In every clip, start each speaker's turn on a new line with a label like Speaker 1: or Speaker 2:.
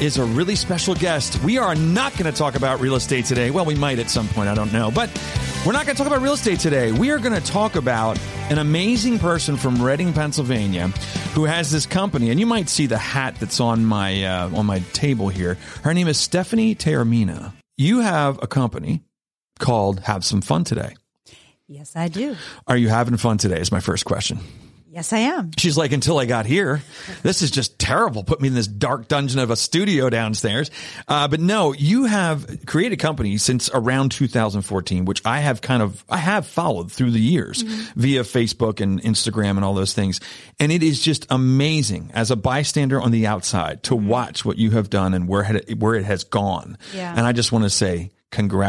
Speaker 1: is a really special guest. We are not going to talk about real estate today. Well, we might at some point, I don't know. But we're not going to talk about real estate today. We are going to talk about an amazing person from Reading, Pennsylvania, who has this company, and you might see the hat that's on my uh, on my table here. Her name is Stephanie Terramina. You have a company called Have Some Fun Today.
Speaker 2: Yes, I do.
Speaker 1: Are you having fun today? Is my first question.
Speaker 2: Yes, I am.
Speaker 1: She's like, until I got here, this is just terrible. Put me in this dark dungeon of a studio downstairs. Uh, but no, you have created a company since around 2014, which I have kind of, I have followed through the years via Facebook and Instagram and all those things. And it is just amazing as a bystander on the outside to watch what you have done and where, had, where it has gone.
Speaker 2: Yeah.
Speaker 1: And I just want to say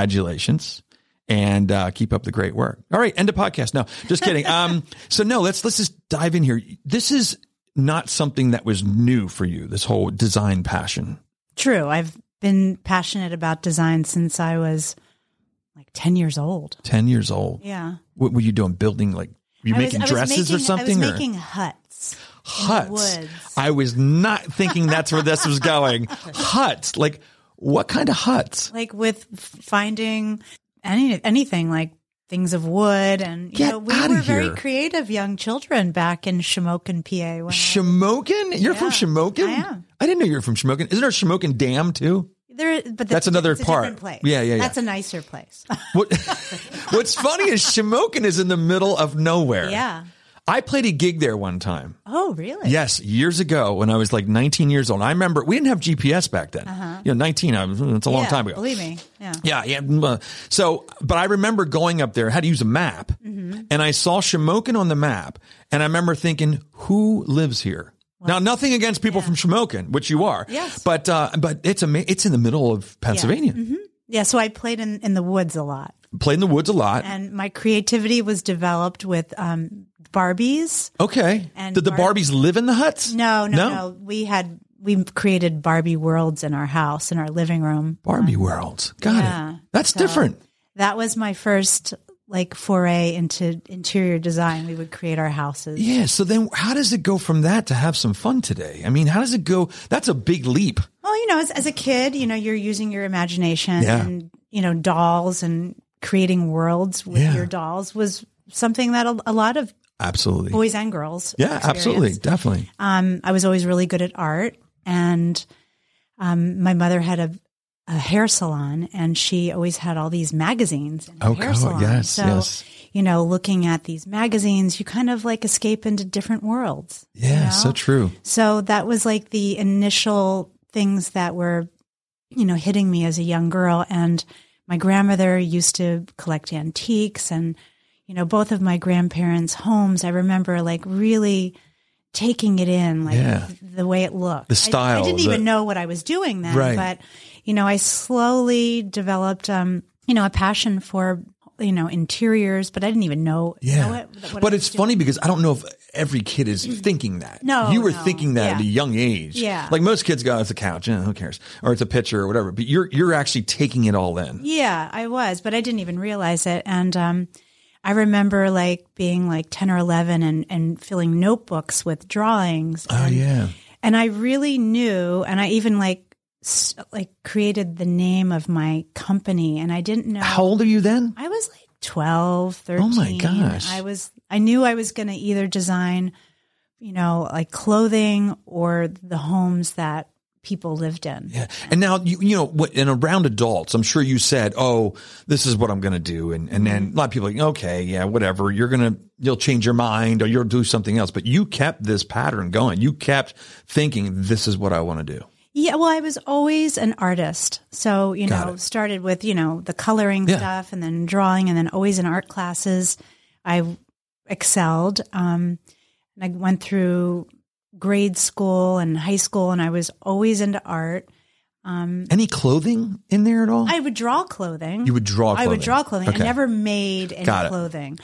Speaker 1: congratulations and uh, keep up the great work. All right, end of podcast. No, just kidding. Um, so no, let's let's just dive in here. This is not something that was new for you. This whole design passion.
Speaker 2: True. I've been passionate about design since I was like 10 years old.
Speaker 1: Ten years old.
Speaker 2: Yeah.
Speaker 1: What were you doing? Building like were you
Speaker 2: I was-
Speaker 1: making
Speaker 2: I was
Speaker 1: dresses
Speaker 2: making-
Speaker 1: or something?
Speaker 2: I
Speaker 1: or
Speaker 2: was making huts. in the
Speaker 1: huts.
Speaker 2: woods.
Speaker 1: I was not thinking that's where this was going. huts. Like what kind of huts?
Speaker 2: Like with f- finding any anything like things of wood and you
Speaker 1: Get
Speaker 2: know we
Speaker 1: outta
Speaker 2: were very
Speaker 1: here.
Speaker 2: creative young children back in Shamokin PA. When I-
Speaker 1: Shamokin? You're from
Speaker 2: Yeah,
Speaker 1: Shamokin?
Speaker 2: I am.
Speaker 1: I didn't know you were from Shamokin. Isn't there a Shamokin Dam too?
Speaker 2: there, but
Speaker 1: That's another
Speaker 2: it's a
Speaker 1: part.
Speaker 2: different Place.
Speaker 1: Yeah, yeah, yeah.
Speaker 2: That's a nicer place.
Speaker 1: What, what's funny is Shamokin is in the middle of nowhere.
Speaker 2: yeah.
Speaker 1: I played a gig there one time.
Speaker 2: Oh, really?
Speaker 1: Yes, years ago when I was like 19 years old. I remember we didn't have GPS back then. You know, 19, I was, mm, it's a long
Speaker 2: Uh-huh. Yeah,
Speaker 1: time ago.
Speaker 2: Believe me. Yeah.
Speaker 1: Yeah, yeah. mm, uh, So, but I remember going up there, had to use a map,
Speaker 2: Mm-hmm.
Speaker 1: and I saw Shamokin on the map, and I remember thinking, "Who lives here?" Now, nothing against people from Shamokin, which you are,
Speaker 2: Yes. Mm-hmm.
Speaker 1: but uh, but it's ama- it's in the middle of Pennsylvania.
Speaker 2: Yeah, so I played in, in the woods a lot.
Speaker 1: Played in the woods a lot.
Speaker 2: and my creativity was developed with um, Barbies.
Speaker 1: okay,
Speaker 2: and
Speaker 1: did the
Speaker 2: Bar-
Speaker 1: Barbies live in the huts?
Speaker 2: No, no,
Speaker 1: No.
Speaker 2: no, We had we created Barbie worlds in our house in our living room.
Speaker 1: Barbie worlds. Got
Speaker 2: Yeah,
Speaker 1: it. That's different.
Speaker 2: That was my first like foray into interior design. We would create our houses.
Speaker 1: Yeah. So then, how does it go from that to have some fun today? I mean, how does it go? That's a big leap.
Speaker 2: Well, you know, as, as a kid, you know, you're using your imagination
Speaker 1: Yeah.
Speaker 2: and, you know, dolls and creating worlds with
Speaker 1: Yeah.
Speaker 2: your dolls was something that a, a lot of
Speaker 1: Absolutely.
Speaker 2: boys and girls.
Speaker 1: yeah. Absolutely.
Speaker 2: experienced.
Speaker 1: Definitely.
Speaker 2: um, I was always really good at art, and um, my mother had a, a hair salon, and she always had all these magazines. In her
Speaker 1: Oh,
Speaker 2: hair
Speaker 1: God,
Speaker 2: salon.
Speaker 1: yes,
Speaker 2: so
Speaker 1: yes.
Speaker 2: you know, looking at these magazines, you kind of like escape into different worlds. you
Speaker 1: Yeah.
Speaker 2: know?
Speaker 1: So true.
Speaker 2: So that was like the initial things that were, you know, hitting me as a young girl. And my grandmother used to collect antiques and, you know, both of my grandparents' homes, I remember like really taking it in, like
Speaker 1: Yeah.
Speaker 2: the way it looked.
Speaker 1: The
Speaker 2: I- I,
Speaker 1: style,
Speaker 2: didn't
Speaker 1: the-
Speaker 2: even know what I was doing then,
Speaker 1: Right.
Speaker 2: but, you know, I slowly developed, um, you know, a passion for, you know, interiors, but I didn't even know.
Speaker 1: Yeah.
Speaker 2: know what- what I
Speaker 1: but
Speaker 2: was
Speaker 1: it's funny because I don't know if every kid is thinking that.
Speaker 2: No,
Speaker 1: You were
Speaker 2: no.
Speaker 1: thinking that at a
Speaker 2: Yeah.
Speaker 1: young age.
Speaker 2: Yeah.
Speaker 1: Like most kids go, it's a couch. eh, who cares? Or it's a picture or whatever. But you're, you're actually taking it all in.
Speaker 2: Yeah, I was, but I didn't even realize it. And um, I remember like being like ten or eleven and and filling notebooks with drawings.
Speaker 1: Oh,
Speaker 2: and,
Speaker 1: yeah.
Speaker 2: And I really knew, and I even like s- like created the name of my company, and I didn't know.
Speaker 1: How old are you then?
Speaker 2: I was like 12, 13.
Speaker 1: Oh, my gosh.
Speaker 2: I was I knew I was going to either design, you know, like clothing or the homes that people lived in.
Speaker 1: Yeah. And now you you know what and around adults, I'm sure you said, "Oh, this is what I'm going to do," and and
Speaker 2: Mm-hmm.
Speaker 1: then a lot of people are like, "Okay, yeah, whatever. You're gonna you'll change your mind or you'll do something else." But you kept this pattern going. You kept thinking, "This is what I want to do."
Speaker 2: Yeah, well, I was always an artist. So, you
Speaker 1: Got
Speaker 2: know,
Speaker 1: it.
Speaker 2: started with, you know, the coloring
Speaker 1: Yeah.
Speaker 2: stuff and then drawing and then always in art classes. I excelled. Um, and I went through grade school and high school and I was always into art. Um,
Speaker 1: Any clothing in there at all?
Speaker 2: I would draw clothing.
Speaker 1: You would draw
Speaker 2: I would
Speaker 1: clothing.
Speaker 2: draw clothing.
Speaker 1: Okay.
Speaker 2: I never made any
Speaker 1: Got it.
Speaker 2: clothing.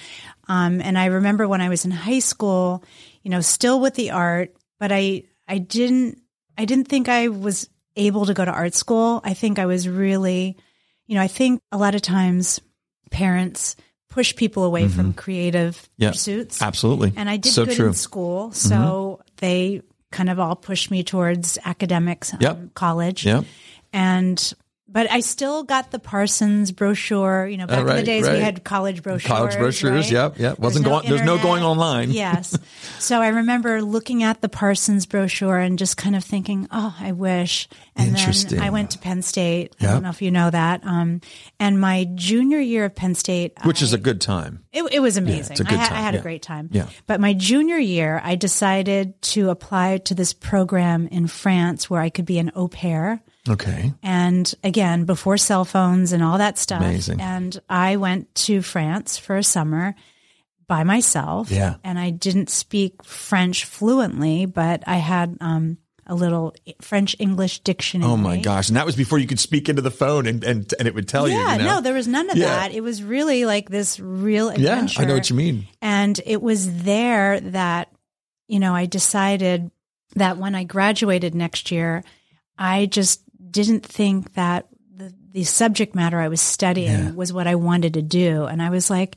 Speaker 2: Um, and I remember when I was in high school, you know, still with the art, but I I didn't I didn't think I was able to go to art school. I think I was really, you know, I think a lot of times parents push people away from creative
Speaker 1: Mm-hmm. Yeah.
Speaker 2: pursuits.
Speaker 1: Absolutely.
Speaker 2: And I did
Speaker 1: so
Speaker 2: good
Speaker 1: true. Mm-hmm.
Speaker 2: in school, so they kind of all pushed me towards academics, um,
Speaker 1: Yep.
Speaker 2: college
Speaker 1: Yep.
Speaker 2: and but I still got the Parsons brochure. You know, back in
Speaker 1: Uh, right,
Speaker 2: the days
Speaker 1: right.
Speaker 2: we had college brochures.
Speaker 1: College brochures.
Speaker 2: right?
Speaker 1: Yep. Yep. Wasn't
Speaker 2: no
Speaker 1: going. There's no
Speaker 2: internet.
Speaker 1: going online.
Speaker 2: yes. So I remember looking at the Parsons brochure and just kind of thinking, "Oh, I wish." And
Speaker 1: Interesting.
Speaker 2: then I went to Penn State. I
Speaker 1: Yep.
Speaker 2: don't know if you know that. Um, and my junior year of Penn State,
Speaker 1: Which is a good time.
Speaker 2: it, it was amazing.
Speaker 1: it's a good
Speaker 2: I, ha-
Speaker 1: time,
Speaker 2: I had
Speaker 1: yeah.
Speaker 2: a great time.
Speaker 1: Yeah.
Speaker 2: But my junior year, I decided to apply to this program in France where I could be an au pair
Speaker 1: Okay.
Speaker 2: and again before cell phones and all that stuff
Speaker 1: Amazing.
Speaker 2: and i went to france for a summer by myself
Speaker 1: Yeah.
Speaker 2: and i didn't speak french fluently but i had um, a little french english dictionary
Speaker 1: Oh my gosh! And that was before you could speak into the phone, and and, and it would tell you.
Speaker 2: yeah
Speaker 1: you know?
Speaker 2: no there was none of
Speaker 1: Yeah.
Speaker 2: that it was really like this real
Speaker 1: yeah,
Speaker 2: adventure
Speaker 1: I know what you mean.
Speaker 2: and it was there that, you know, I decided that when I graduated next year, I just didn't think that the, the subject matter I was studying
Speaker 1: Yeah.
Speaker 2: was what I wanted to do. And I was like,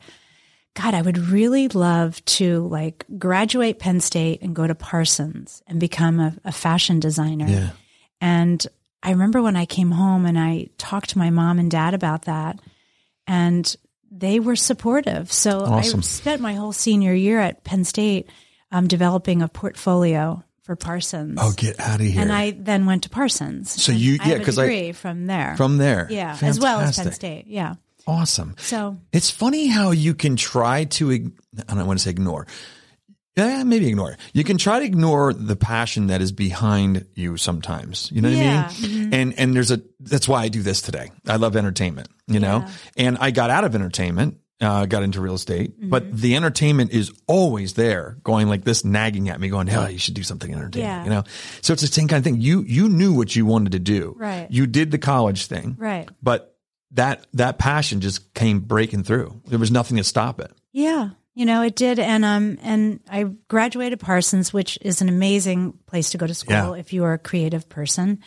Speaker 2: God, I would really love to like graduate Penn State and go to Parsons and become a, a fashion designer.
Speaker 1: Yeah.
Speaker 2: And I remember when I came home and I talked to my mom and dad about that, and they were supportive. So
Speaker 1: Awesome.
Speaker 2: I spent my whole senior year at Penn State um, developing a portfolio for Parsons.
Speaker 1: Oh, get out of here!
Speaker 2: And I then went to Parsons.
Speaker 1: So
Speaker 2: And
Speaker 1: you-
Speaker 2: I have
Speaker 1: yeah,
Speaker 2: a
Speaker 1: 'cause I-
Speaker 2: degree from there.
Speaker 1: from there,
Speaker 2: yeah, as well as Penn
Speaker 1: Fantastic.
Speaker 2: State. Yeah.
Speaker 1: Awesome.
Speaker 2: So
Speaker 1: It's funny how you can try to, ig- I don't want to say ignore. Yeah, maybe ignore. You can try to ignore the passion that is behind you sometimes. You know what
Speaker 2: Yeah. Mm-hmm.
Speaker 1: I mean? And and there's a that's why I do this today. I love entertainment, you know? And I got out of entertainment, uh, got into real estate,
Speaker 2: Mm-hmm.
Speaker 1: but the entertainment is always there, going like this, nagging at me, going, Hell, you should do something entertaining,
Speaker 2: Yeah.
Speaker 1: you know? So it's the same kind of thing. You you knew what you wanted to do.
Speaker 2: Right.
Speaker 1: You did the college thing
Speaker 2: right.
Speaker 1: but that that passion just came breaking through. There was nothing to stop it.
Speaker 2: Yeah, you know it did, and um, and I graduated Parsons, which is an amazing place to go to school
Speaker 1: Yeah.
Speaker 2: if you are a creative person.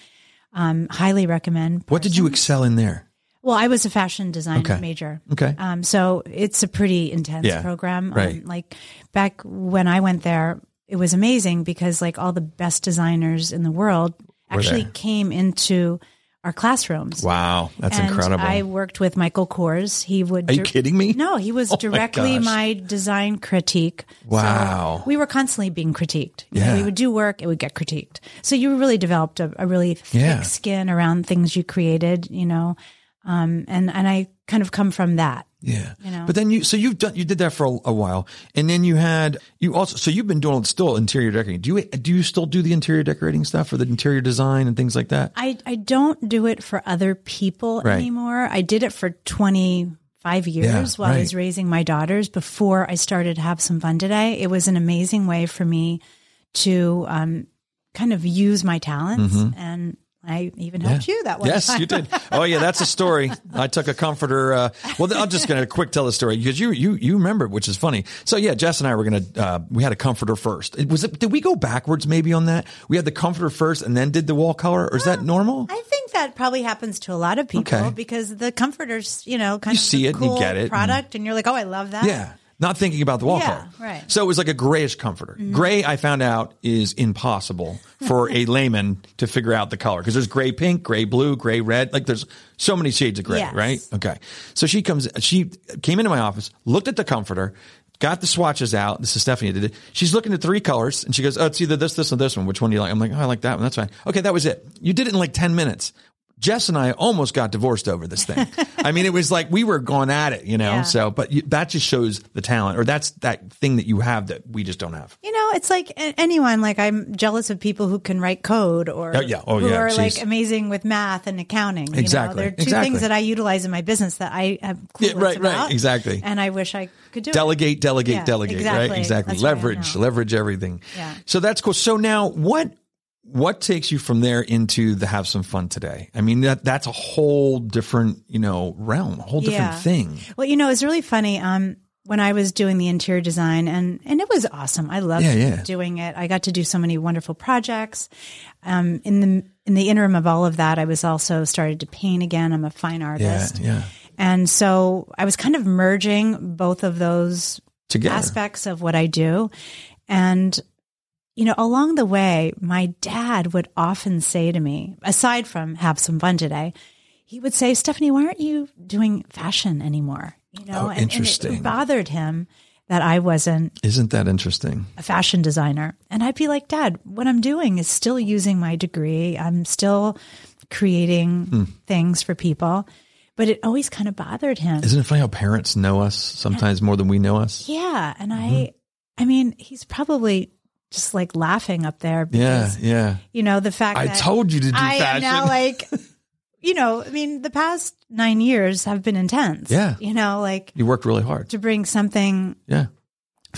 Speaker 2: Um, highly recommend.
Speaker 1: What did you excel in there?
Speaker 2: Well, I was a fashion design
Speaker 1: Okay.
Speaker 2: major.
Speaker 1: Okay.
Speaker 2: Um, so it's a pretty intense
Speaker 1: Yeah,
Speaker 2: program.
Speaker 1: right.
Speaker 2: Um, like back when I went there, it was amazing because like all the best designers in the world actually
Speaker 1: there.
Speaker 2: came into our classrooms.
Speaker 1: Wow, that's
Speaker 2: And
Speaker 1: incredible.
Speaker 2: I worked with Michael Kors. He would.
Speaker 1: Are you
Speaker 2: dir-
Speaker 1: kidding me?
Speaker 2: No, he was directly
Speaker 1: Oh gosh.
Speaker 2: my design critique.
Speaker 1: Wow.
Speaker 2: So we were constantly being critiqued. You know,
Speaker 1: Yeah.
Speaker 2: we would do work, it would get critiqued. So you really developed a, a really thick
Speaker 1: Yeah.
Speaker 2: skin around things you created, you know. Um, and, and I kind of come from that.
Speaker 1: yeah.
Speaker 2: know.
Speaker 1: But then you so you've done you did that for a, a while, and then you had you also so you've been doing still interior decorating. Do you do you still do the interior decorating stuff or the interior design and things like that?
Speaker 2: I, I don't do it for other people
Speaker 1: Right.
Speaker 2: anymore. I did it for 25 years while I was
Speaker 1: right.
Speaker 2: raising my daughters before I started Have Some Fun Today. It was an amazing way for me to um, kind of use my talents. And I even helped you that one
Speaker 1: Mm-hmm. Yes,
Speaker 2: time.
Speaker 1: you did. Oh yeah, that's a story. I took a comforter. Uh, well, I'm just going to quick tell the story because you you you remember, which is funny. So yeah, Jess and I were going to uh, we had a comforter first. It, was it? Did we go backwards maybe on that? We had the comforter first and then did the wall color, or is that normal?
Speaker 2: I think that probably happens to a lot of people
Speaker 1: Okay.
Speaker 2: because the comforters, you know, kind
Speaker 1: You
Speaker 2: of
Speaker 1: see
Speaker 2: the
Speaker 1: it and you
Speaker 2: cool
Speaker 1: get it and-
Speaker 2: product, and, you're like, oh, I love that.
Speaker 1: yeah. Not thinking about the wall
Speaker 2: Yeah,
Speaker 1: color.
Speaker 2: right. Mm-hmm.
Speaker 1: So it was like a grayish comforter. Gray, I found out, is impossible for a layman to figure out the color because there's gray pink, gray blue, gray red. Like there's so many shades of gray,
Speaker 2: Yes.
Speaker 1: right? Okay. So she comes, she came into my office, looked at the comforter, got the swatches out. This is Stephanie that did it. She's looking at three colors and she goes, Oh, it's either this, this, or this one. Which one do you like? I'm like, Oh, I like that one. That's fine. Okay. That was it. You did it in like 10 minutes. Jess and I almost got divorced over this thing. I mean, it was like we were going at it, you know?
Speaker 2: Yeah.
Speaker 1: So, but you, that just shows the talent or that's that thing that you have that we just don't have.
Speaker 2: You know, it's like a- anyone. Like I'm jealous of people who can write code or
Speaker 1: Oh, yeah. Oh,
Speaker 2: who
Speaker 1: yeah.
Speaker 2: are
Speaker 1: Jeez.
Speaker 2: like amazing with math and accounting. you know?
Speaker 1: Exactly.
Speaker 2: there are two
Speaker 1: Exactly.
Speaker 2: things that I utilize in my business that I have
Speaker 1: Yeah, right,
Speaker 2: clueless
Speaker 1: right.
Speaker 2: about,
Speaker 1: Exactly.
Speaker 2: And I wish I could do it.
Speaker 1: Delegate, delegate,
Speaker 2: Yeah,
Speaker 1: delegate, right?
Speaker 2: exactly.
Speaker 1: Exactly.
Speaker 2: That's what I
Speaker 1: leverage,
Speaker 2: know.
Speaker 1: leverage everything.
Speaker 2: Yeah.
Speaker 1: So that's cool. So now what what takes you from there into the have some fun today? I mean that that's a whole different you know realm, a whole different
Speaker 2: Yeah.
Speaker 1: thing.
Speaker 2: Well, you know, it's really funny. Um, when I was doing the interior design, and and it was awesome. I loved
Speaker 1: Yeah, yeah.
Speaker 2: doing it. I got to do so many wonderful projects. Um, in the in the interim of all of that, I was also started to paint again. I'm a fine
Speaker 1: Yeah,
Speaker 2: artist,
Speaker 1: yeah.
Speaker 2: and so I was kind of merging both of those
Speaker 1: Together.
Speaker 2: aspects of what I do. And, you know, along the way, my dad would often say to me, aside from have some fun today, he would say, Stephanie, why aren't you doing fashion anymore? You know,
Speaker 1: Oh, interesting.
Speaker 2: it bothered him that I wasn't
Speaker 1: Isn't that interesting?
Speaker 2: a fashion designer. And I'd be like, Dad, what I'm doing is still using my degree. I'm still creating
Speaker 1: Hmm.
Speaker 2: things for people. But it always kind of bothered him.
Speaker 1: Isn't it funny how parents know us sometimes more than we know us?
Speaker 2: Yeah, and
Speaker 1: Mm-hmm.
Speaker 2: I I mean, he's probably just like laughing up there
Speaker 1: Yeah,
Speaker 2: because
Speaker 1: yeah.
Speaker 2: you know the fact
Speaker 1: I
Speaker 2: that
Speaker 1: told you to do
Speaker 2: I am
Speaker 1: fashion.
Speaker 2: now like you know, I mean, the past 9 years have been intense.
Speaker 1: Yeah.
Speaker 2: You know, like
Speaker 1: you worked really hard.
Speaker 2: to bring something
Speaker 1: Yeah.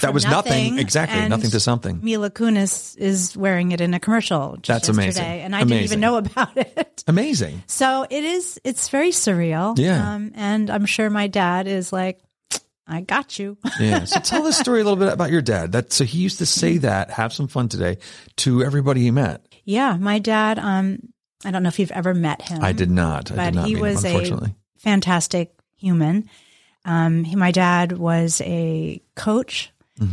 Speaker 1: That
Speaker 2: From
Speaker 1: was nothing,
Speaker 2: nothing
Speaker 1: exactly.
Speaker 2: and-
Speaker 1: Nothing to something.
Speaker 2: Mila Kunis is wearing it in a commercial just
Speaker 1: That's amazing.
Speaker 2: yesterday, and I didn't
Speaker 1: Amazing.
Speaker 2: even know about it.
Speaker 1: Amazing.
Speaker 2: So it is it's very surreal.
Speaker 1: Yeah.
Speaker 2: Um, and I'm sure my dad is like I got you.
Speaker 1: Yeah. So tell the story a little bit about your dad. That so he used to
Speaker 2: Mm-hmm.
Speaker 1: say that, have some fun today to everybody he met.
Speaker 2: Yeah, my dad. Um, I don't know if you've ever met him.
Speaker 1: I did not. I
Speaker 2: Mm-hmm. But
Speaker 1: did not
Speaker 2: he
Speaker 1: meet
Speaker 2: was a-
Speaker 1: him, unfortunately.
Speaker 2: Fantastic human. Um, he, my dad was a coach,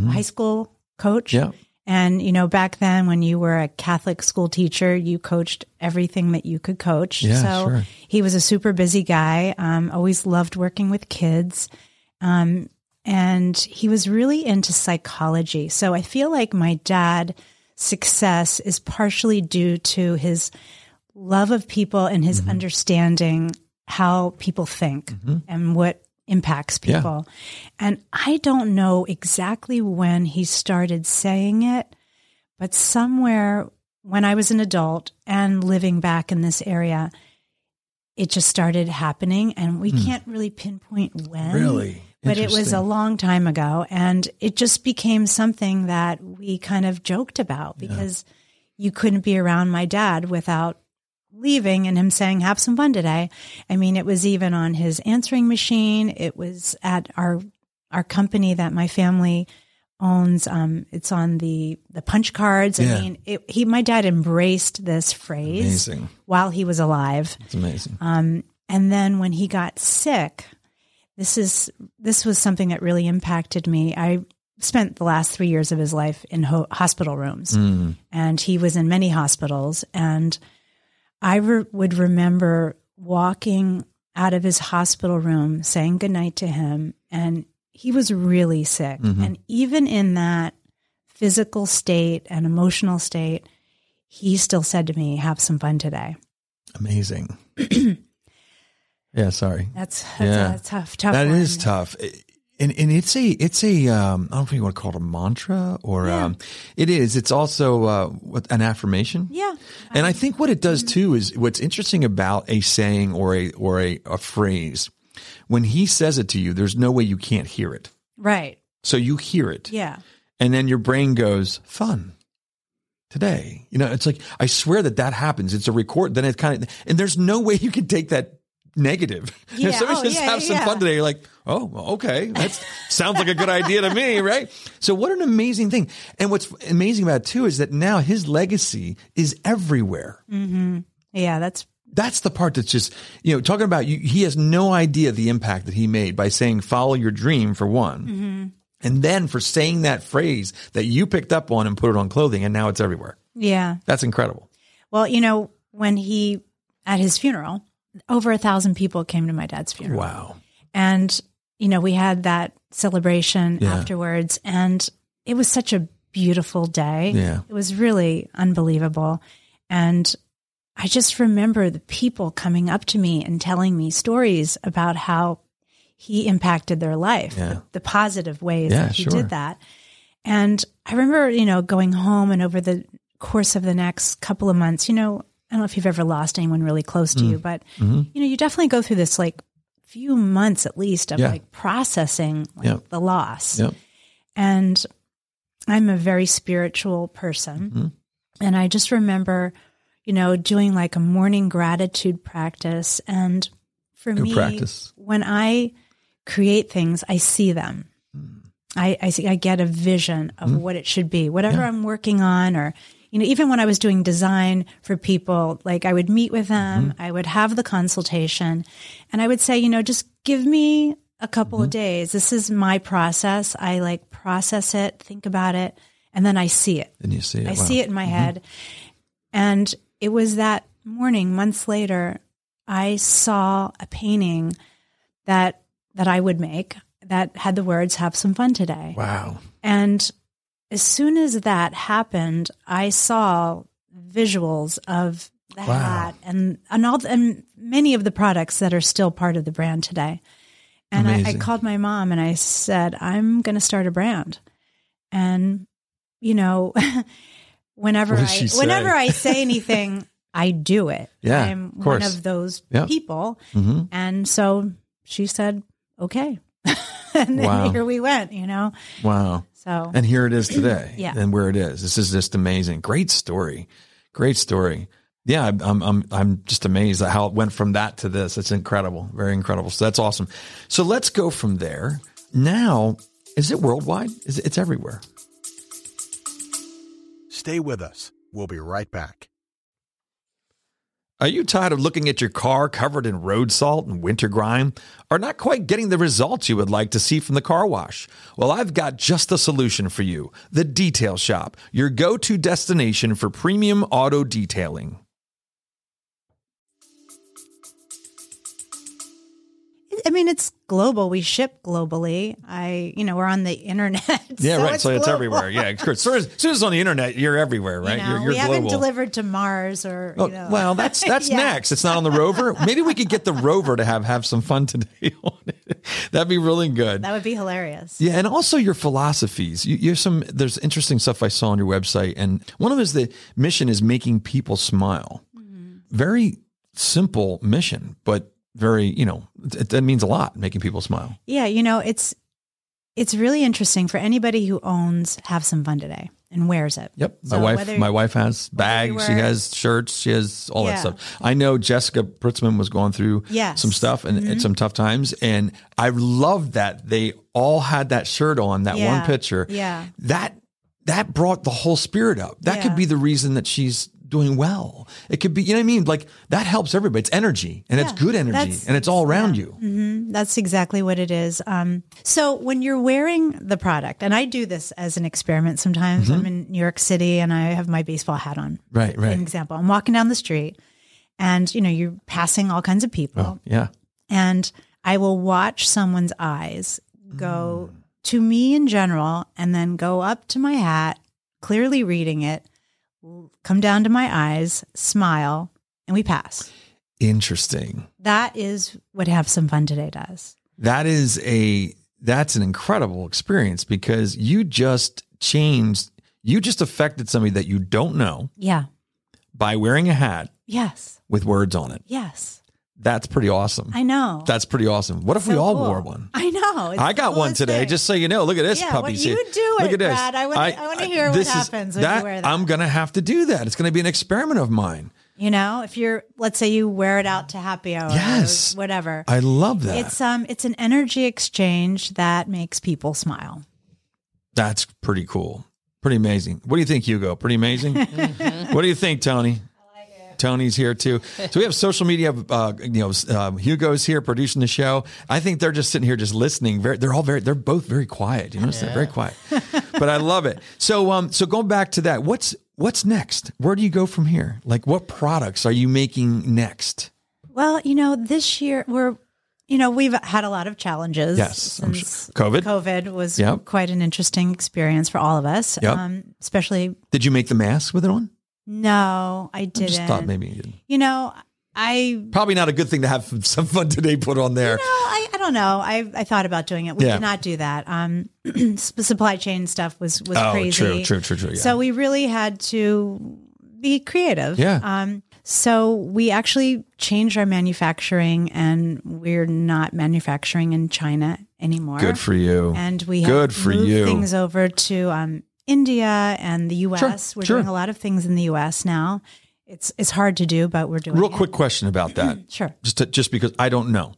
Speaker 2: high school coach.
Speaker 1: Yeah.
Speaker 2: And you know, back then when you were a Catholic school teacher, you coached everything that you could coach.
Speaker 1: Yeah,
Speaker 2: so
Speaker 1: sure.
Speaker 2: he was a super busy guy. Um, always loved working with kids. Um, and he was really into psychology. So I feel like my dad's success is partially due to his love of people and
Speaker 1: Mm-hmm.
Speaker 2: his understanding how people think and what impacts
Speaker 1: Mm-hmm. Yeah.
Speaker 2: people. And I don't know exactly when he started saying it, but somewhere when I was an adult and living back in this area, it just started happening. And we can't really pinpoint when.
Speaker 1: Hmm. Really?
Speaker 2: But it was
Speaker 1: Interesting.
Speaker 2: a long time ago. And it just became something that we kind of joked about because you couldn't be around my dad without leaving and him saying, Have some fun today. I mean, it was even on his answering machine, it was at our our company that my family owns um it's on the the punch cards
Speaker 1: Yeah.
Speaker 2: i mean it, he my dad embraced this phrase
Speaker 1: Amazing.
Speaker 2: while he was alive
Speaker 1: It's amazing.
Speaker 2: um, and then when he got sick, this is this was something that really impacted me. I spent the last three years of his life in ho- hospital rooms,
Speaker 1: Mm.
Speaker 2: and he was in many hospitals. And I re- would remember walking out of his hospital room, saying goodnight to him, and he was really sick.
Speaker 1: Mm-hmm.
Speaker 2: And even in that physical state and emotional state, he still said to me, "Have some fun today."
Speaker 1: Amazing. yeah, sorry.
Speaker 2: That's, that's
Speaker 1: Yeah.
Speaker 2: a tough, tough.
Speaker 1: That
Speaker 2: one.
Speaker 1: is tough. It- And, and it's a it's a um, I don't know if you want to call it a mantra or um, it is it's also uh, what- an affirmation.
Speaker 2: Yeah.
Speaker 1: And I think what it
Speaker 2: Mm-hmm.
Speaker 1: does too is what's interesting about a saying or a or a, a phrase when he says it to you, there's no way you can't hear it.
Speaker 2: Right.
Speaker 1: So you hear it,
Speaker 2: Yeah.
Speaker 1: and then your brain goes fun today. You know, it's like I swear that that happens. It's a record. Then it kind of and there's no way you can take that negative.
Speaker 2: Yeah.
Speaker 1: If somebody
Speaker 2: Oh,
Speaker 1: says
Speaker 2: yeah,
Speaker 1: have some
Speaker 2: yeah.
Speaker 1: fun today, you're like, oh, well, okay, that sounds like a good idea to me, right? So what an amazing thing. And what's amazing about it too is that now his legacy is everywhere.
Speaker 2: Yeah. That's
Speaker 1: That's the part that's just, you know, talking about you, he has no idea the impact that he made by saying, follow your dream for one.
Speaker 2: Mm-hmm.
Speaker 1: And then for saying that phrase that you picked up on and put it on clothing and now it's everywhere.
Speaker 2: yeah.
Speaker 1: That's incredible.
Speaker 2: Well, you know, when he at his funeral, over a thousand people came to my dad's funeral,
Speaker 1: Wow.
Speaker 2: and you know, we had that celebration
Speaker 1: Yeah.
Speaker 2: afterwards, and it was such a beautiful day.
Speaker 1: Yeah.
Speaker 2: It was really unbelievable, and. I just remember the people coming up to me and telling me stories about how he impacted their life,
Speaker 1: Yeah.
Speaker 2: the, the positive ways
Speaker 1: Yeah,
Speaker 2: that he
Speaker 1: sure.
Speaker 2: did that. And I remember, you know, going home and over the course of the next couple of months, you know, I don't know if you've ever lost anyone really close
Speaker 1: Mm.
Speaker 2: to you, but
Speaker 1: Mm-hmm.
Speaker 2: you know, you definitely go through this like few months at least of
Speaker 1: Yeah.
Speaker 2: like processing like,
Speaker 1: Yeah.
Speaker 2: the loss.
Speaker 1: Yep. Mm-hmm.
Speaker 2: And I'm a very spiritual person. And I just remember, you know, doing like a morning gratitude practice. And for
Speaker 1: Good
Speaker 2: me,
Speaker 1: practice.
Speaker 2: when I create things, I see them. I, I see, I get a vision of what it should be, whatever I'm working on, or, you know, even when I was doing design for people, like I would meet with them, I would have the consultation and I would say, you know, just give me a couple of days. This is my process. I like process it, think about it, and then I see it.
Speaker 1: And you see it.
Speaker 2: I see it in
Speaker 1: Mm-hmm.
Speaker 2: my head. And it was that morning, months later, I saw a painting that that I would make that had the words "Have some fun today."
Speaker 1: Wow.
Speaker 2: And as soon as that happened, I saw visuals of the
Speaker 1: Wow.
Speaker 2: hat and and all the, and many of the products that are still part of the brand today. And I, I
Speaker 1: Amazing.
Speaker 2: called my mom and I said, "I'm going to start a brand." And you know, whenever
Speaker 1: What did
Speaker 2: I
Speaker 1: she say?
Speaker 2: whenever I say anything, I do it.
Speaker 1: Yeah,
Speaker 2: I'm
Speaker 1: of course.
Speaker 2: one of those
Speaker 1: Yeah.
Speaker 2: people.
Speaker 1: Mm-hmm.
Speaker 2: And so she said, "Okay." and then
Speaker 1: Wow.
Speaker 2: here we went, you know.
Speaker 1: Wow.
Speaker 2: So
Speaker 1: And here it is today.
Speaker 2: Yeah.
Speaker 1: And where it is. This is just amazing. Great story. Great story. Yeah, I'm- I'm I'm I'm just amazed at how it went from that to this. It's incredible. Very incredible. So that's awesome. So let's go from there. Now, is it worldwide? Is it, it's everywhere.
Speaker 3: Stay with us. We'll be right back.
Speaker 1: Are you tired of looking at your car covered in road salt and winter grime? Or not quite getting the results you would like to see from the car wash? Well, I've got just the solution for you the Detail Shop, your go to destination for premium auto detailing.
Speaker 2: I mean, it's global. We ship globally. I, you know, we're on the internet.
Speaker 1: Yeah, right. So it's
Speaker 2: global.
Speaker 1: everywhere. Yeah, of course. Soon as, soon as it's on the internet, you're everywhere,
Speaker 2: You
Speaker 1: right?
Speaker 2: know,
Speaker 1: are
Speaker 2: we haven't delivered to Mars or,
Speaker 1: Oh,
Speaker 2: you know.
Speaker 1: Well, that's that's
Speaker 2: Yeah.
Speaker 1: next. It's not on the rover. Maybe we could get the rover to have have some fun today on it. That'd be really good.
Speaker 2: That would be hilarious.
Speaker 1: Yeah, and also your philosophies. You, you're some there's interesting stuff I saw on your website, and one of them is the mission is making people smile.
Speaker 2: Mm-hmm.
Speaker 1: Very simple mission, but very you know it, that means a lot. Making people smile.
Speaker 2: Yeah, you know, it's it's really interesting for anybody who owns Have Some Fun Today and wears it.
Speaker 1: Yep. My
Speaker 2: So
Speaker 1: wife
Speaker 2: whether-
Speaker 1: my wife has
Speaker 2: you
Speaker 1: bags, she
Speaker 2: were-
Speaker 1: has shirts, she has all that
Speaker 2: Yeah.
Speaker 1: stuff. I know Jessica Pritzman was going through
Speaker 2: Yes. Mm-hmm.
Speaker 1: some stuff and, and some tough times and I loved that they all had that shirt on that
Speaker 2: Yeah.
Speaker 1: one picture.
Speaker 2: Yeah.
Speaker 1: That that brought the whole spirit up. That could
Speaker 2: Yeah.
Speaker 1: be the reason that she's doing well. It could be, you know what I mean? Like that helps everybody. It's energy and it's
Speaker 2: Yeah.
Speaker 1: good energy
Speaker 2: That's-
Speaker 1: and it's all around you.
Speaker 2: Mm-hmm. That's exactly what it is. Um, so when you're wearing the product, and I do this as an experiment sometimes.
Speaker 1: Mm-hmm.
Speaker 2: I'm in New York City and I have my baseball hat on.
Speaker 1: Right,
Speaker 2: For
Speaker 1: right.
Speaker 2: example, I'm walking down the street and you know, you're passing all kinds of people.
Speaker 1: Yeah.
Speaker 2: and I will watch someone's eyes go
Speaker 1: Mm.
Speaker 2: to me in general and then go up to my hat, clearly reading it, come down to my eyes, smile, and we pass.
Speaker 1: Interesting.
Speaker 2: That is what Have Some Fun Today does.
Speaker 1: that is a that's an incredible experience because you just changed you just affected somebody that you don't know
Speaker 2: Yeah.
Speaker 1: by wearing a hat
Speaker 2: Yes.
Speaker 1: with words on it
Speaker 2: Yes.
Speaker 1: that's pretty awesome
Speaker 2: I know.
Speaker 1: that's pretty awesome what if we
Speaker 2: So
Speaker 1: all
Speaker 2: cool.
Speaker 1: wore one
Speaker 2: I know. It's
Speaker 1: I
Speaker 2: the
Speaker 1: got one
Speaker 2: coolest
Speaker 1: today,
Speaker 2: thing.
Speaker 1: just so you know. Look at this
Speaker 2: Yeah,
Speaker 1: puppy.
Speaker 2: well,
Speaker 1: See-
Speaker 2: you do
Speaker 1: Look
Speaker 2: it,
Speaker 1: at this.
Speaker 2: Brad. I wanna- I wanna hear what
Speaker 1: this is-
Speaker 2: happens when you wear that.
Speaker 1: I'm gonna have to do that. It's gonna be an experiment of mine.
Speaker 2: you know, if you're let's say you wear it out to happy hour
Speaker 1: Yes.
Speaker 2: or whatever.
Speaker 1: I love that.
Speaker 2: it's um it's an energy exchange that makes people smile.
Speaker 1: That's pretty cool. Pretty amazing. What do you think, Hugo? Pretty amazing.
Speaker 2: Mm-hmm.
Speaker 1: What do you think, Tony? Tony's here too. So we have social media. Uh, you know, uh, Hugo's here producing the show. I think they're just sitting here, just listening. Very, they're all very, they're both very quiet. You notice that? Very quiet. but I love it. So, um, so going back to that, what's what's next? Where do you go from here? Like, what products are you making next?
Speaker 2: Well, you know, this year we're, you know, we've had a lot of challenges.
Speaker 1: Yes, I'm sure.
Speaker 2: since
Speaker 1: COVID.
Speaker 2: COVID was
Speaker 1: Yep.
Speaker 2: quite an interesting experience for all of us.
Speaker 1: Yep.
Speaker 2: Um, especially,
Speaker 1: Did you make the mask with it on?
Speaker 2: no, I didn't.
Speaker 1: Just thought maybe you did.
Speaker 2: You know, I.
Speaker 1: Probably not a good thing to have some fun today put on there.
Speaker 2: No, I, I don't know. I, I thought about doing it. We
Speaker 1: Yeah.
Speaker 2: did not do that. Um, sp- supply chain stuff was was
Speaker 1: Oh,
Speaker 2: crazy.
Speaker 1: true, true, true, true. Yeah.
Speaker 2: So we really had to be creative.
Speaker 1: Yeah.
Speaker 2: Um, so we actually changed our manufacturing, and we're not manufacturing in China anymore.
Speaker 1: Good for you.
Speaker 2: and we have
Speaker 1: Good for
Speaker 2: moved
Speaker 1: you.
Speaker 2: things over to um, India and the US.
Speaker 1: Sure,
Speaker 2: we're
Speaker 1: sure.
Speaker 2: doing a lot of things in the US now. It's it's hard to do, but we're doing
Speaker 1: Real
Speaker 2: it.
Speaker 1: quick question about that.
Speaker 2: Sure.
Speaker 1: just to, just because I don't know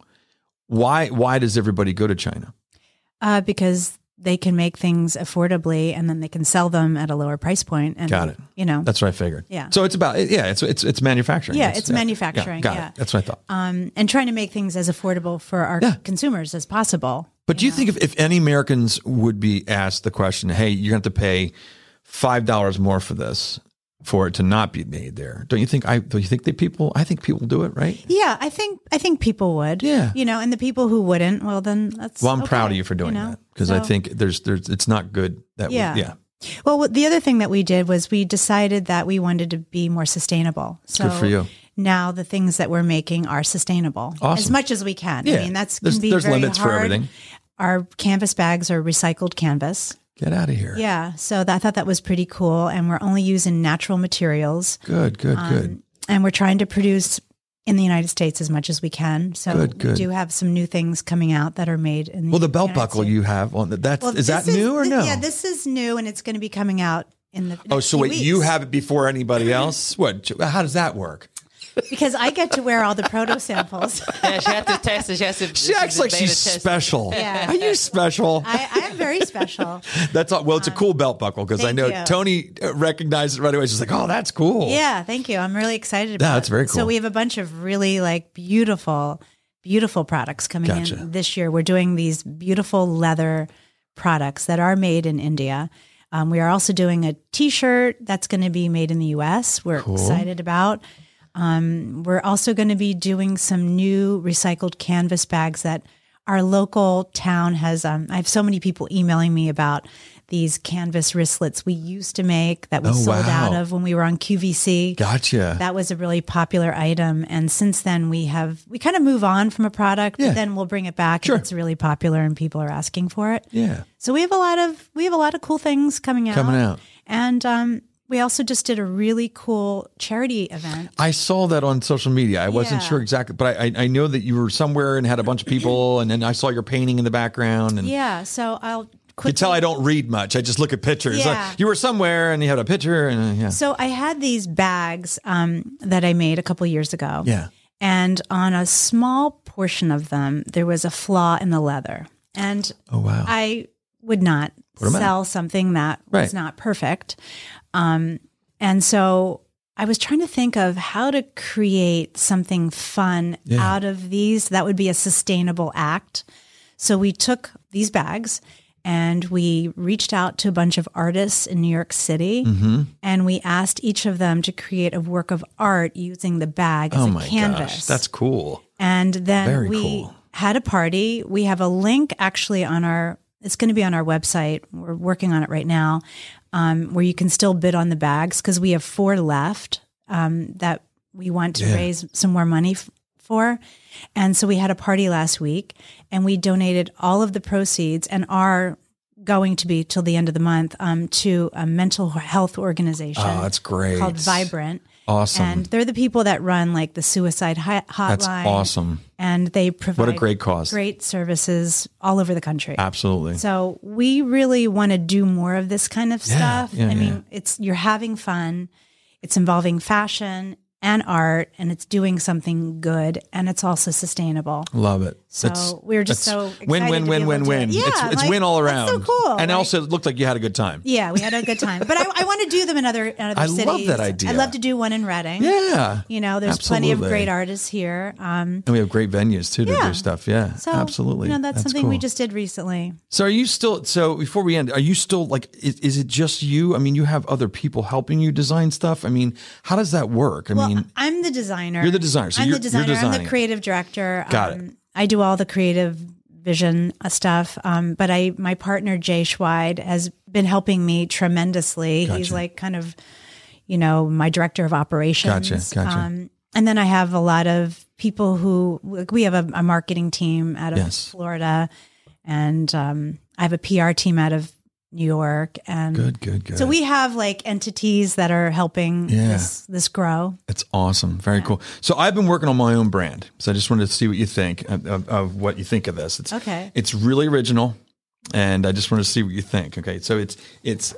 Speaker 1: why why does everybody go to China?
Speaker 2: Uh, because they can make things affordably and then they can sell them at a lower price point and
Speaker 1: Got it.
Speaker 2: you know
Speaker 1: That's what I figured.
Speaker 2: Yeah.
Speaker 1: So it's about yeah, it's it's it's manufacturing.
Speaker 2: Yeah, it's manufacturing,
Speaker 1: got
Speaker 2: yeah.
Speaker 1: It. That's what I thought.
Speaker 2: um, and trying to make things as affordable for our consumers as possible.
Speaker 1: But do you think if, if any Americans would be asked the question, hey, you're going to have to pay five dollars more for this for it to not be made there? Don't you think I? Don't you think that people? I think people do it right.
Speaker 2: Yeah, I think I think people would.
Speaker 1: Yeah.
Speaker 2: you know, and the people who wouldn't, well, then that's
Speaker 1: Well, I'm proud of
Speaker 2: okay,
Speaker 1: you for doing
Speaker 2: know?
Speaker 1: that because I
Speaker 2: So-
Speaker 1: think there's there's it's not good that
Speaker 2: Yeah.
Speaker 1: we, yeah
Speaker 2: Well, what- the other thing that we did was we decided that we wanted to be more sustainable. So
Speaker 1: Good for you.
Speaker 2: Now the things that we're making are sustainable as
Speaker 1: Awesome.
Speaker 2: much as we can.
Speaker 1: Yeah.
Speaker 2: I mean, that's
Speaker 1: There's-
Speaker 2: can be
Speaker 1: there's
Speaker 2: very
Speaker 1: limits for
Speaker 2: hard.
Speaker 1: everything.
Speaker 2: Our canvas bags are recycled canvas.
Speaker 1: get out of here.
Speaker 2: Yeah, so that, I thought that was pretty cool, and we're only using natural materials,
Speaker 1: Good, good, good.
Speaker 2: and we're trying to produce in the United States as much as we can. So
Speaker 1: Good, good.
Speaker 2: we do have some new things coming out that are made in the
Speaker 1: Well, the belt
Speaker 2: United
Speaker 1: buckle
Speaker 2: States.
Speaker 1: you have on the, that's
Speaker 2: Well,
Speaker 1: is that
Speaker 2: this
Speaker 1: new or
Speaker 2: thi-
Speaker 1: no?
Speaker 2: Yeah, this is new, and it's going to be coming out in the.
Speaker 1: Oh,
Speaker 2: next
Speaker 1: so
Speaker 2: few
Speaker 1: wait, you
Speaker 2: weeks.
Speaker 1: have it before anybody else? What? How does that work?
Speaker 2: because I get to wear all the proto samples.
Speaker 4: Yeah, she has to test it. She has to.
Speaker 1: She acts like she's special.
Speaker 2: Yeah.
Speaker 1: Are you special?
Speaker 2: I, I am very special.
Speaker 1: that's all. Well, it's a cool belt buckle because I
Speaker 2: thank
Speaker 1: know
Speaker 2: you.
Speaker 1: Tony uh, recognized it right away. She's like, "Oh, that's cool."
Speaker 2: Yeah, thank you. I'm really excited about.
Speaker 1: Yeah, that's
Speaker 2: it.
Speaker 1: very cool.
Speaker 2: So we have a bunch of really like beautiful, beautiful products coming
Speaker 1: Gotcha.
Speaker 2: in this year. We're doing these beautiful leather products that are made in India. Um, we are also doing a T-shirt that's going to be made in the U.S. We're excited about. Um, we're also going to be doing some new recycled canvas bags that our local town has. Um, I have so many people emailing me about these canvas wristlets we used to make that we
Speaker 1: Oh,
Speaker 2: sold
Speaker 1: wow.
Speaker 2: out of when we were on QVC.
Speaker 1: Gotcha.
Speaker 2: That was a really popular item, and since then we have we kind of move on from a product,
Speaker 1: Yeah.
Speaker 2: but then we'll bring it back. if
Speaker 1: Sure.
Speaker 2: it's really popular, and people are asking for it.
Speaker 1: yeah.
Speaker 2: So we have a lot of we have a lot of cool things coming out.
Speaker 1: Coming out.
Speaker 2: and um, we also just did a really cool charity event.
Speaker 1: I saw that on social media. I wasn't
Speaker 2: Yeah.
Speaker 1: sure exactly, but I, I, I know that you were somewhere and had a bunch of people, and then I saw your painting in the background. And
Speaker 2: Yeah, so I'll
Speaker 1: you
Speaker 2: quickly
Speaker 1: tell I don't read much. I just look at pictures. Like,
Speaker 2: Yeah.
Speaker 1: you were somewhere and you had a picture, and uh, yeah,
Speaker 2: So I had these bags um, that I made a couple years ago.
Speaker 1: yeah.
Speaker 2: And on a small portion of them, there was a flaw in the leather. And
Speaker 1: Oh wow.
Speaker 2: I would not
Speaker 1: 'em out.
Speaker 2: sell something that
Speaker 1: Right.
Speaker 2: was not perfect. Um, and so I was trying to think of how to create something fun
Speaker 1: Yeah.
Speaker 2: out of these that would be a sustainable act. So we took these bags and we reached out to a bunch of artists in New York City
Speaker 1: Mm-hmm.
Speaker 2: and we asked each of them to create a work of art using the bag as
Speaker 1: oh
Speaker 2: a
Speaker 1: my
Speaker 2: canvas.
Speaker 1: gosh, that's cool.
Speaker 2: And then
Speaker 1: Very
Speaker 2: we
Speaker 1: cool.
Speaker 2: had a party. We have a link actually on our, it's going to be on our website. We're working on it right now, um, where you can still bid on the bags because we have four left um, that we want to raise some more money f- for. And so we had a party last week and we donated all of the proceeds and are going to be till the end of the month um, to a mental health organization
Speaker 1: Oh, that's great.
Speaker 2: Uh, called Vibrant.
Speaker 1: Awesome.
Speaker 2: And they're the people that run like the suicide hi- hotline.
Speaker 1: that's awesome.
Speaker 2: And they provide
Speaker 1: What a great Ah. cause.
Speaker 2: great services all over the country.
Speaker 1: Absolutely.
Speaker 2: So we really want to do more of this kind of stuff.
Speaker 1: yeah,
Speaker 2: I mean, it's you're having fun, it's involving fashion and art, and it's doing something good, and it's also sustainable.
Speaker 1: Love it.
Speaker 2: So we were just so excited
Speaker 1: win,
Speaker 2: to
Speaker 1: win,
Speaker 2: be
Speaker 1: win,
Speaker 2: able
Speaker 1: win,
Speaker 2: to-
Speaker 1: win.
Speaker 2: Yeah,
Speaker 1: it's it's
Speaker 2: like,
Speaker 1: win all around.
Speaker 2: that's so cool,
Speaker 1: And
Speaker 2: like-
Speaker 1: also, it looked like you had a good time.
Speaker 2: Yeah, we had a good time, but I, I want to do them in other in other
Speaker 1: I love
Speaker 2: cities.
Speaker 1: that idea.
Speaker 2: I'd love to do one in Reading.
Speaker 1: Yeah.
Speaker 2: You know, there's plenty of
Speaker 1: Absolutely.
Speaker 2: great artists here. Um,
Speaker 1: And we have great venues too to
Speaker 2: Yeah.
Speaker 1: do stuff. Yeah.
Speaker 2: so
Speaker 1: absolutely.
Speaker 2: You know, that's, something we
Speaker 1: cool.
Speaker 2: just did recently.
Speaker 1: So are you still? So before we end, are you still like? Is, is it just you? I mean, you have other people helping you design stuff. I mean, how does that work? I mean,
Speaker 2: I'm the designer.
Speaker 1: You're the designer, so
Speaker 2: I'm
Speaker 1: you're-
Speaker 2: the
Speaker 1: you're
Speaker 2: designer. I'm
Speaker 1: designing.
Speaker 2: the creative director. Um,
Speaker 1: Got it.
Speaker 2: I do all the creative vision uh, stuff. Um, but I, my partner Jay Schweid has been helping me tremendously. He's like kind of, you know, my director of operations.
Speaker 1: Gotcha, gotcha.
Speaker 2: Um, and then I have a lot of people who like we have a, a marketing team out of
Speaker 1: Yes.
Speaker 2: Florida, and um, I have a PR team out of New York. And
Speaker 1: good, good, good.
Speaker 2: so we have like entities that are helping
Speaker 1: Yeah.
Speaker 2: this this grow.
Speaker 1: It's awesome. Very cool. So I've been working on my own brand. So I just wanted to see what you think of, of, of what you think of this. It's,
Speaker 2: Okay.
Speaker 1: It's really original, and I just want to see what you think. Okay. So it's it's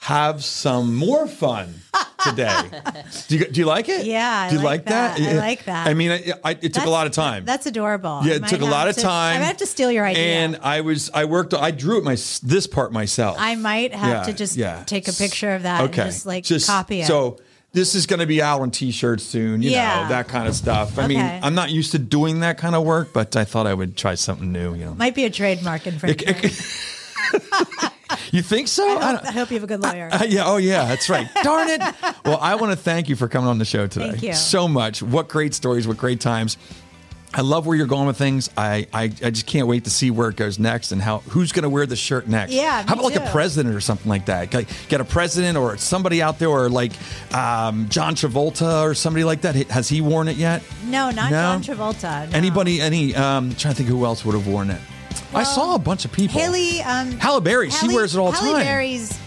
Speaker 1: have some more fun today. do, you, do you like it?
Speaker 2: Yeah, I
Speaker 1: do you
Speaker 2: like
Speaker 1: like, that?
Speaker 2: that. I
Speaker 1: Yeah.
Speaker 2: like that.
Speaker 1: I mean, I, I, it took a
Speaker 2: That's-
Speaker 1: lot of time.
Speaker 2: That's adorable. I
Speaker 1: yeah, it
Speaker 2: might
Speaker 1: took a
Speaker 2: have
Speaker 1: lot of
Speaker 2: to-
Speaker 1: time.
Speaker 2: I might have to steal your idea.
Speaker 1: And I was, I worked, I drew it my this part myself.
Speaker 2: I might have
Speaker 1: Yeah,
Speaker 2: to just
Speaker 1: yeah.
Speaker 2: take a picture of that
Speaker 1: okay,
Speaker 2: and just like copy it.
Speaker 1: So this is going to be out on t-shirts soon. You know
Speaker 2: Yeah.
Speaker 1: that kind of stuff. I mean,
Speaker 2: Okay.
Speaker 1: I'm not used to doing that kind of work, but I thought I would try something new. You know,
Speaker 2: might be a trademark infringement.
Speaker 1: you think so?
Speaker 2: I, hope, I hope you have a good lawyer.
Speaker 1: Uh, yeah. Oh, yeah. That's right. Darn it. Well, I want to thank you for coming on the show today.
Speaker 2: Thank you.
Speaker 1: so much. What great stories. What great times. I love where you're going with things. I, I, I just can't wait to see where it goes next and how who's going to wear the shirt next.
Speaker 2: Yeah,
Speaker 1: How
Speaker 2: me
Speaker 1: about like a
Speaker 2: too.
Speaker 1: president or something like that? Like, get a president or somebody out there or like um, John Travolta or somebody like that. Has he worn it yet?
Speaker 2: no, not
Speaker 1: No?
Speaker 2: John Travolta. no.
Speaker 1: Anybody? Any? Um, trying to think who else would have worn it. I saw a bunch of people.
Speaker 2: Haley. Um,
Speaker 1: Halle Berry, she wears it all the
Speaker 2: Halle
Speaker 1: time.
Speaker 2: Berry's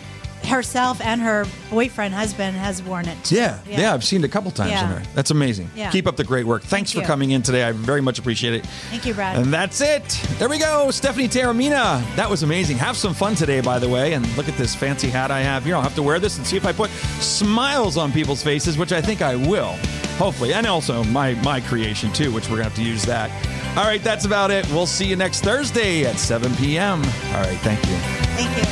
Speaker 2: herself and her boyfriend husband has worn it. too.
Speaker 1: Yeah, yeah, I've seen it a couple times
Speaker 2: Yeah.
Speaker 1: in there. That's amazing.
Speaker 2: Yeah.
Speaker 1: Keep up the great work. Thanks for
Speaker 2: Thank you.
Speaker 1: coming in today. I very much appreciate it.
Speaker 2: Thank you, Brad.
Speaker 1: And that's it. There we go. Stephanie Taramina. That was amazing. Have some fun today, by the way. And look at this fancy hat I have here. I'll have to wear this and see if I put smiles on people's faces, which I think I will, hopefully. And also my, my creation, too, which we're going to have to use that. All right, that's about it. We'll see you next Thursday at 7 p.m. All right, thank you.
Speaker 2: Thank you.